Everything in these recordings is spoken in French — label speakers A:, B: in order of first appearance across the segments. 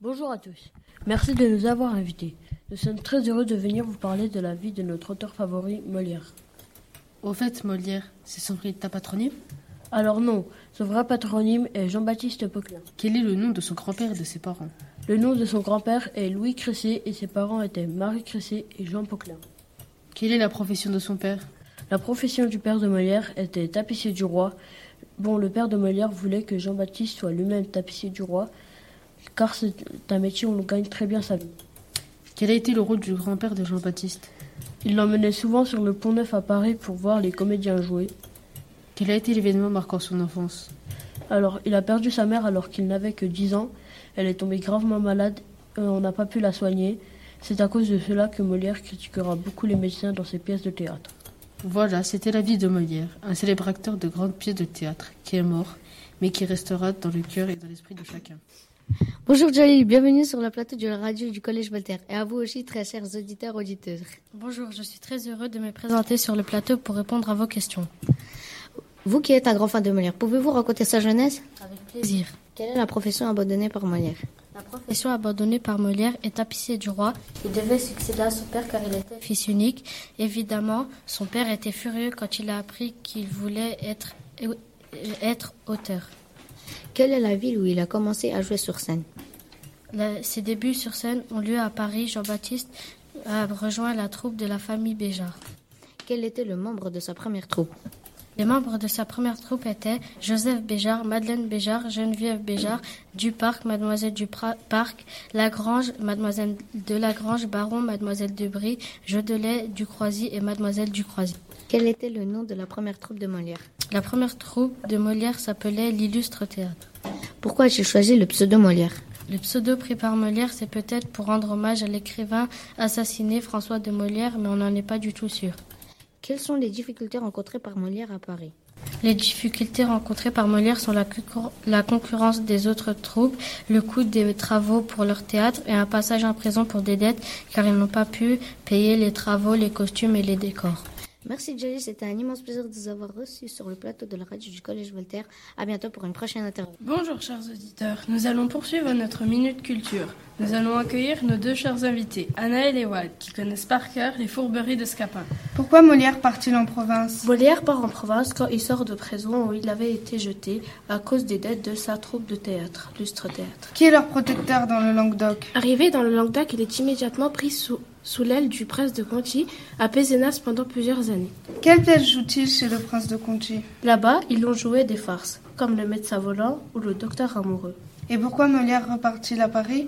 A: Bonjour à tous. Merci de nous avoir invités. Nous sommes très heureux de venir vous parler de la vie de notre auteur favori, Molière.
B: Au fait, Molière, c'est son véritable patronyme
A: Alors non, son vrai patronyme est Jean-Baptiste Poquelin.
B: Quel est le nom de son grand-père et de ses parents
A: Le nom de son grand-père est Louis Cressé et ses parents étaient Marie Cressé et Jean Poquelin.
B: Quelle est la profession de son père
A: La profession du père de Molière était tapissier du roi. Bon, le père de Molière voulait que Jean-Baptiste soit lui-même tapissier du roi, car c'est un métier où on gagne très bien sa vie.
B: Quel a été le rôle du grand-père de Jean-Baptiste
A: Il l'emmenait souvent sur le Pont Neuf à Paris pour voir les comédiens jouer.
B: Quel a été l'événement marquant son enfance
A: Alors, il a perdu sa mère alors qu'il n'avait que 10 ans. Elle est tombée gravement malade et on n'a pas pu la soigner. C'est à cause de cela que Molière critiquera beaucoup les médecins dans ses pièces de théâtre.
B: Voilà, c'était la vie de Molière, un célèbre acteur de grandes pièces de théâtre, qui est mort, mais qui restera dans le cœur et dans l'esprit de chacun.
C: Bonjour Jalil, bienvenue sur le plateau de la radio du Collège Voltaire et à vous aussi très chers auditeurs auditeurs.
D: Bonjour, je suis très heureux de me présenter sur le plateau pour répondre à vos questions.
C: Vous qui êtes un grand fan de Molière, pouvez-vous raconter sa jeunesse
D: Avec plaisir.
C: Quelle est la profession abandonnée par Molière
D: La profession abandonnée par Molière est tapissier du roi.
E: Il devait succéder à son père car il était
D: Fils unique, évidemment, son père était furieux quand il a appris qu'il voulait être, être auteur.
C: Quelle est la ville où il a commencé à jouer sur scène
D: La- ses débuts sur scène ont lieu à Paris. Jean-Baptiste a rejoint la troupe de la famille Béjart.
C: Quel était le membre de sa première troupe
D: Les membres de sa première troupe étaient Joseph Béjart, Madeleine Béjart, Geneviève Béjart, Duparc, Mademoiselle du Pra- Parc, Lagrange, Mademoiselle de Lagrange, Baron, Mademoiselle de Brie, Jodelet, Ducroisy et Mademoiselle Ducroisy.
C: Quel était le nom de la première troupe de Molière
D: La première troupe de Molière s'appelait l'Illustre Théâtre.
C: Pourquoi a-t-il choisi le pseudo Molière
D: Le pseudo pris par Molière, c'est peut-être pour rendre hommage à l'écrivain assassiné François de Molière, mais on n'en est pas du tout sûr.
C: Quelles sont les difficultés rencontrées par Molière à Paris
D: Les difficultés rencontrées par Molière sont la, concur- la concurrence des autres troupes, le coût des travaux pour leur théâtre et un passage en prison pour des dettes car ils n'ont pas pu payer les travaux, les costumes et les décors.
C: Merci Jalil, c'était un immense plaisir de vous avoir reçu sur le plateau de la radio du Collège Voltaire. À bientôt pour une prochaine interview.
F: Bonjour chers auditeurs, nous allons poursuivre notre minute culture. Nous allons accueillir nos deux chers invités, Anna et Lewad, qui connaissent par cœur les fourberies de Scapin.
G: Pourquoi Molière part-il en province
H: Molière part en province quand il sort de prison où il avait été jeté à cause des dettes de sa troupe de théâtre, Lustre Théâtre.
G: Qui est leur protecteur dans le Languedoc
H: Arrivé dans le Languedoc, il est immédiatement pris sous, sous l'aile du prince de Conti à Pézenas pendant plusieurs années.
G: Quelle pièce joue-t-il chez le prince de Conti
H: Là-bas, ils l'ont joué des farces, comme le médecin volant ou le docteur amoureux.
G: Et pourquoi Molière repart-il à Paris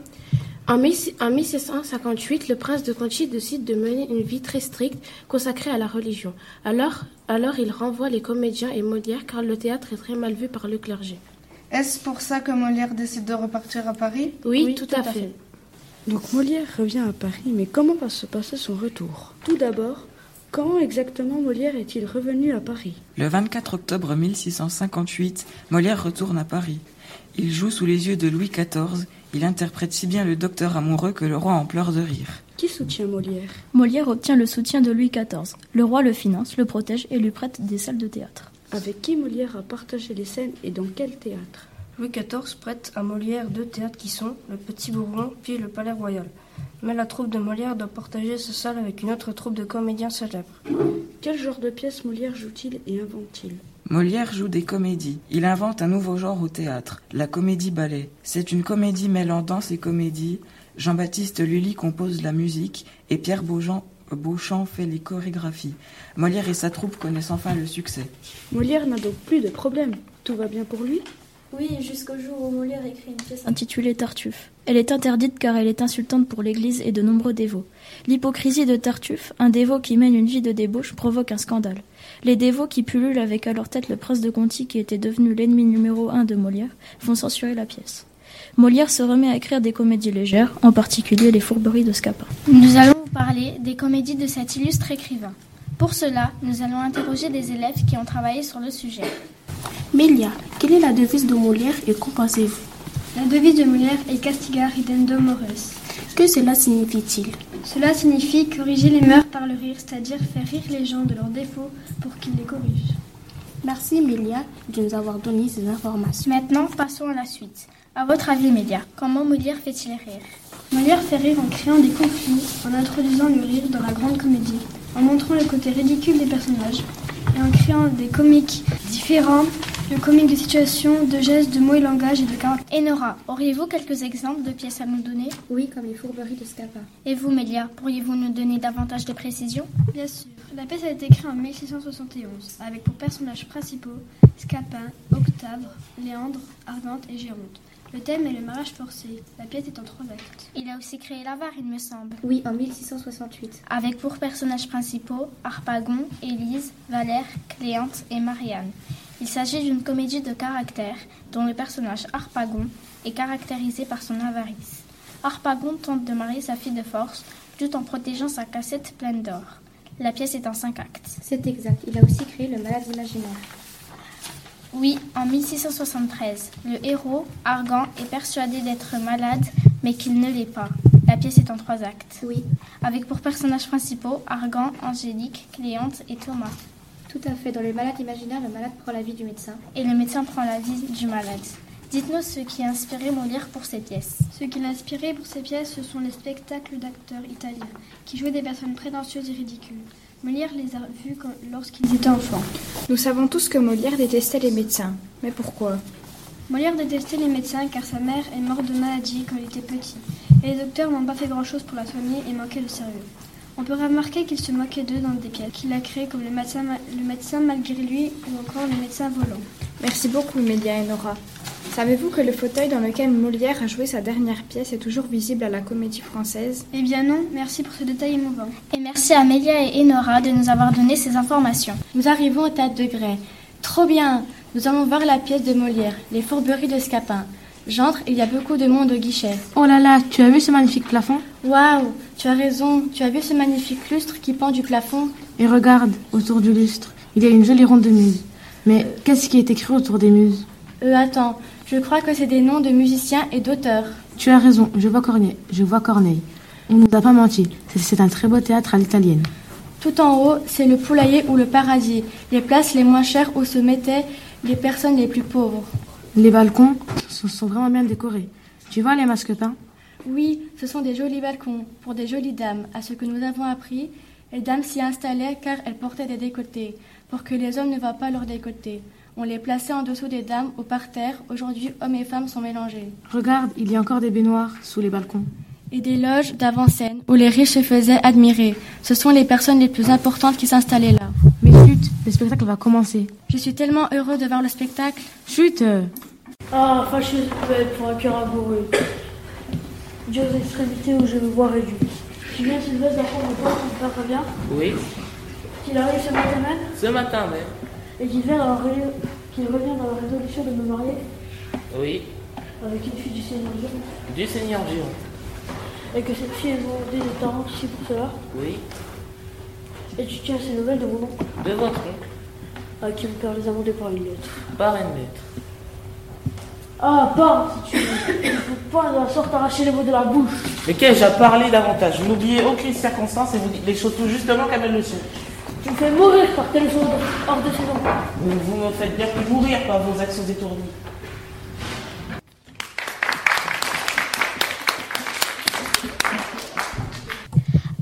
H: En, 16- en 1758, le prince de Conti décide de mener une vie très stricte consacrée à la religion. Alors, alors il renvoie les comédiens et Molière car le théâtre est très mal vu par le clergé.
G: Est-ce pour ça que Molière décide de repartir à Paris
H: Oui, tout, à fait.
I: Donc Molière revient à Paris, mais comment va se passer son retour Tout d'abord, quand exactement Molière est-il revenu à Paris
J: Le 24 octobre 1658, Molière retourne à Paris. Il joue sous les yeux de Louis XIV, il interprète si bien le docteur amoureux que le roi en pleure de rire.
I: Qui soutient Molière
K: Molière obtient le soutien de Louis XIV. Le roi le finance, le protège et lui prête des salles de théâtre.
I: Avec qui Molière a partagé les scènes et dans quel théâtre
F: Louis XIV prête à Molière deux théâtres qui sont le Petit Bourbon puis le Palais Royal. Mais la troupe de Molière doit partager ce salle avec une autre troupe de comédiens célèbres.
I: Quel genre de pièces Molière joue-t-il et invente-t-il
J: Molière joue des comédies. Il invente un nouveau genre au théâtre, la comédie-ballet. C'est une comédie mêlant danse et comédie. Jean-Baptiste Lully compose la musique et Pierre Beaujean- Beauchamp fait les chorégraphies. Molière et sa troupe connaissent enfin le succès.
I: Molière n'a donc plus de problème. Tout va bien pour lui
E: Oui, jusqu'au jour où Molière écrit une pièce.
K: Intitulée Tartuffe. Elle est interdite car elle est insultante pour l'Église et de nombreux dévots. L'hypocrisie de Tartuffe, un dévot qui mène une vie de débauche, provoque un scandale. Les dévots qui pullulent avec à leur tête le prince de Conti qui était devenu l'ennemi numéro un de Molière font censurer la pièce. Molière se remet à écrire des comédies légères, en particulier les fourberies de Scapin.
L: Nous allons vous parler des comédies de cet illustre écrivain. Pour cela, nous allons interroger des élèves qui ont travaillé sur le sujet.
H: Mélia, quelle est la devise de Molière et qu'en pensez-vous
L: La devise de Molière est Castigar idem mores.
H: Que cela signifie-t-il
L: Cela signifie corriger les mœurs par le rire, c'est-à-dire faire rire les gens de leurs défauts pour qu'ils les corrigent.
M: Merci Emilia de nous avoir donné ces informations.
D: Maintenant, passons à la suite. À votre avis, Emilia, comment Molière fait-il rire
I: Molière fait rire en créant des conflits, en introduisant le rire dans la grande comédie, en montrant le côté ridicule des personnages, et en créant des comiques différents, le comique de situation, de gestes, de mots et langage et de caractères.
D: Et Nora, auriez-vous quelques exemples de pièces à nous donner
M: Oui, comme les fourberies de Scapin.
D: Et vous, Mélia, pourriez-vous nous donner davantage de précisions
I: Bien sûr. La pièce a été créée en 1671, avec pour personnages principaux Scapin, Octave, Léandre, Arvente et Géronte. Le thème est le mariage forcé. La pièce est en trois actes.
D: Il a aussi créé l'avare, il me semble.
M: Oui, en 1668.
D: Avec pour personnages principaux Harpagon, Élise, Valère, Cléante et Marianne. Il s'agit d'une comédie de caractère dont le personnage Harpagon est caractérisé par son avarice. Harpagon tente de marier sa fille de force tout en protégeant sa cassette pleine d'or. La pièce est en cinq actes.
M: C'est exact. Il a aussi créé le malade imaginaire.
D: Oui, en 1673, le héros, Argan, est persuadé d'être malade, mais qu'il ne l'est pas. La pièce est en trois actes.
M: Oui.
D: Avec pour personnages principaux Argan, Angélique, Cléante et Thomas.
M: Tout à fait. Dans le malade imaginaire, le malade prend la vie du médecin.
D: Et le médecin prend la vie du malade. Dites-nous ce qui a inspiré Molière pour ces pièces.
I: Ce qui l'a inspiré pour ces pièces, ce sont les spectacles d'acteurs italiens qui jouaient des personnes prétentieuses et ridicules. Molière les a vus lorsqu'ils étaient enfants.
N: Nous savons tous que Molière détestait les médecins. Mais pourquoi
I: Molière détestait les médecins car sa mère est morte de maladie quand il était petit. Et les docteurs n'ont pas fait grand-chose pour la soigner et manquaient de sérieux. On peut remarquer qu'il se moquait d'eux dans des pièces qu'il a créées comme le médecin, le médecin malgré lui ou encore le médecin volant.
N: Merci beaucoup, Mélia et Nora. Savez-vous que le fauteuil dans lequel Molière a joué sa dernière pièce est toujours visible à la comédie française
I: Eh bien non, merci pour ce détail émouvant.
D: Et merci à Amélia et Enora de nous avoir donné ces informations.
K: Nous arrivons au théâtre de Grès. Trop bien Nous allons voir la pièce de Molière, Les fourberies de Scapin. J'entre, il y a beaucoup de monde au guichet.
B: Oh là là, tu as vu ce magnifique plafond
K: Waouh, tu as raison, tu as vu ce magnifique lustre qui pend du plafond
B: Et regarde, autour du lustre, il y a une jolie ronde de muses. Mais euh... qu'est-ce qui est écrit autour des muses
K: euh, attends, je crois que c'est des noms de musiciens et d'auteurs.
B: Tu as raison, je vois Corneille. Je vois Corneille. On ne nous a pas menti, c'est un très beau théâtre à l'italienne.
K: Tout en haut, c'est le poulailler ou le paradis, les places les moins chères où se mettaient les personnes les plus pauvres.
B: Les balcons sont, sont vraiment bien décorés. Tu vois les masques peints
K: Oui, ce sont des jolis balcons pour des jolies dames. À ce que nous avons appris, les dames s'y installaient car elles portaient des décolletés, pour que les hommes ne voient pas leurs décolletés. On les plaçait en dessous des dames ou par terre. Aujourd'hui, hommes et femmes sont mélangés.
B: Regarde, il y a encore des baignoires sous les balcons.
K: Et des loges d'avant-scène où les riches se faisaient admirer. Ce sont les personnes les plus importantes qui s'installaient là.
B: Mais chut, le spectacle va commencer.
K: Je suis tellement heureux de voir le spectacle.
B: Chut
A: Ah, fâcheuse poubelle pour un cœur amoureux. Dieu aux extrémités où je me vois réduit. Tu viens, Sylvestre, d'apprendre au ton père revient
O: Oui.
A: Qu'il arrive ce matin même
O: Ce matin même
A: et qu'il qu'il revient dans la résolution de me marier
O: Oui.
A: Avec une fille du Seigneur Dieu.
O: Du Seigneur Dieu.
A: Et que cette fille est demandée de parents ici pour cela
O: Oui.
A: Et tu tiens ces nouvelles de mon oncle
O: De votre oncle.
A: À qui mon père les a demandées par une lettre.
O: Par une lettre.
A: Ah, parle si tu veux. Il faut pas de la sorte arracher les mots de la bouche.
O: Mais qu'ai-je à parler davantage N'oubliez aucune circonstance et vous dites les choses tout justement comme elles le sont.
A: Tu me fais mourir par telle chose hors de saison.
O: Vous, me faites bien plus mourir par vos actions détournées.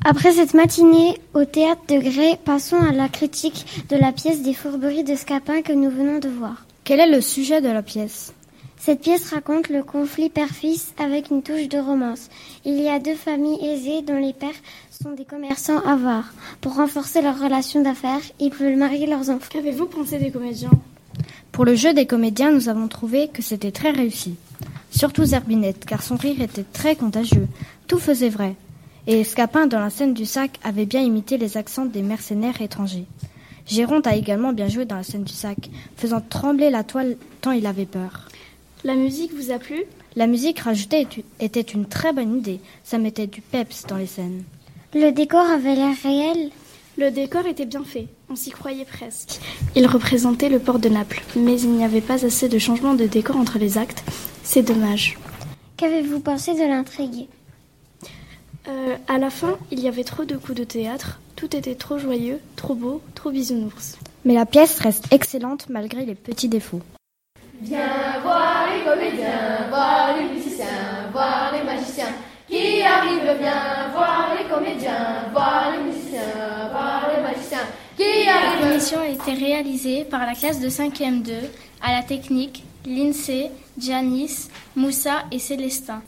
P: Après cette matinée au théâtre de Grès, passons à la critique de la pièce des fourberies de Scapin que nous venons de voir.
Q: Quel est le sujet de la pièce
P: Cette pièce raconte le conflit père-fils avec une touche de romance. Il y a deux familles aisées dont les pères sont des commerçants avares. Pour renforcer leurs relations d'affaires, ils veulent marier leurs enfants.
R: Qu'avez-vous pensé des comédiens
Q: Pour le jeu des comédiens, nous avons trouvé que c'était très réussi. Surtout Zerbinette, car son rire était très contagieux. Tout faisait vrai. Et Escapin, dans la scène du sac, avait bien imité les accents des mercenaires étrangers. Géronte a également bien joué dans la scène du sac, faisant trembler la toile tant il avait peur.
R: La musique vous a plu
Q: La musique rajoutée était une très bonne idée. Ça mettait du peps dans les scènes.
P: Le décor avait l'air réel.
R: Le décor était bien fait, on s'y croyait presque. Il représentait le port de Naples, mais il n'y avait pas assez de changements de décor entre les actes. C'est dommage.
P: Qu'avez-vous pensé de l'intrigue
R: euh, À la fin, il y avait trop de coups de théâtre, tout était trop joyeux, trop beau, trop bisounours.
D: Mais la pièce reste excellente malgré les petits défauts.
S: Viens voir les comédiens, voir les musiciens, voir les magiciens qui arrivent. Viens voir les comédiens, voir les musiciens, voir les magiciens qui
I: Cette
S: arrivent.
I: émission a été réalisée par la classe de 5e 2 à la technique, l'INSEE, Janice, Moussa et Célestin.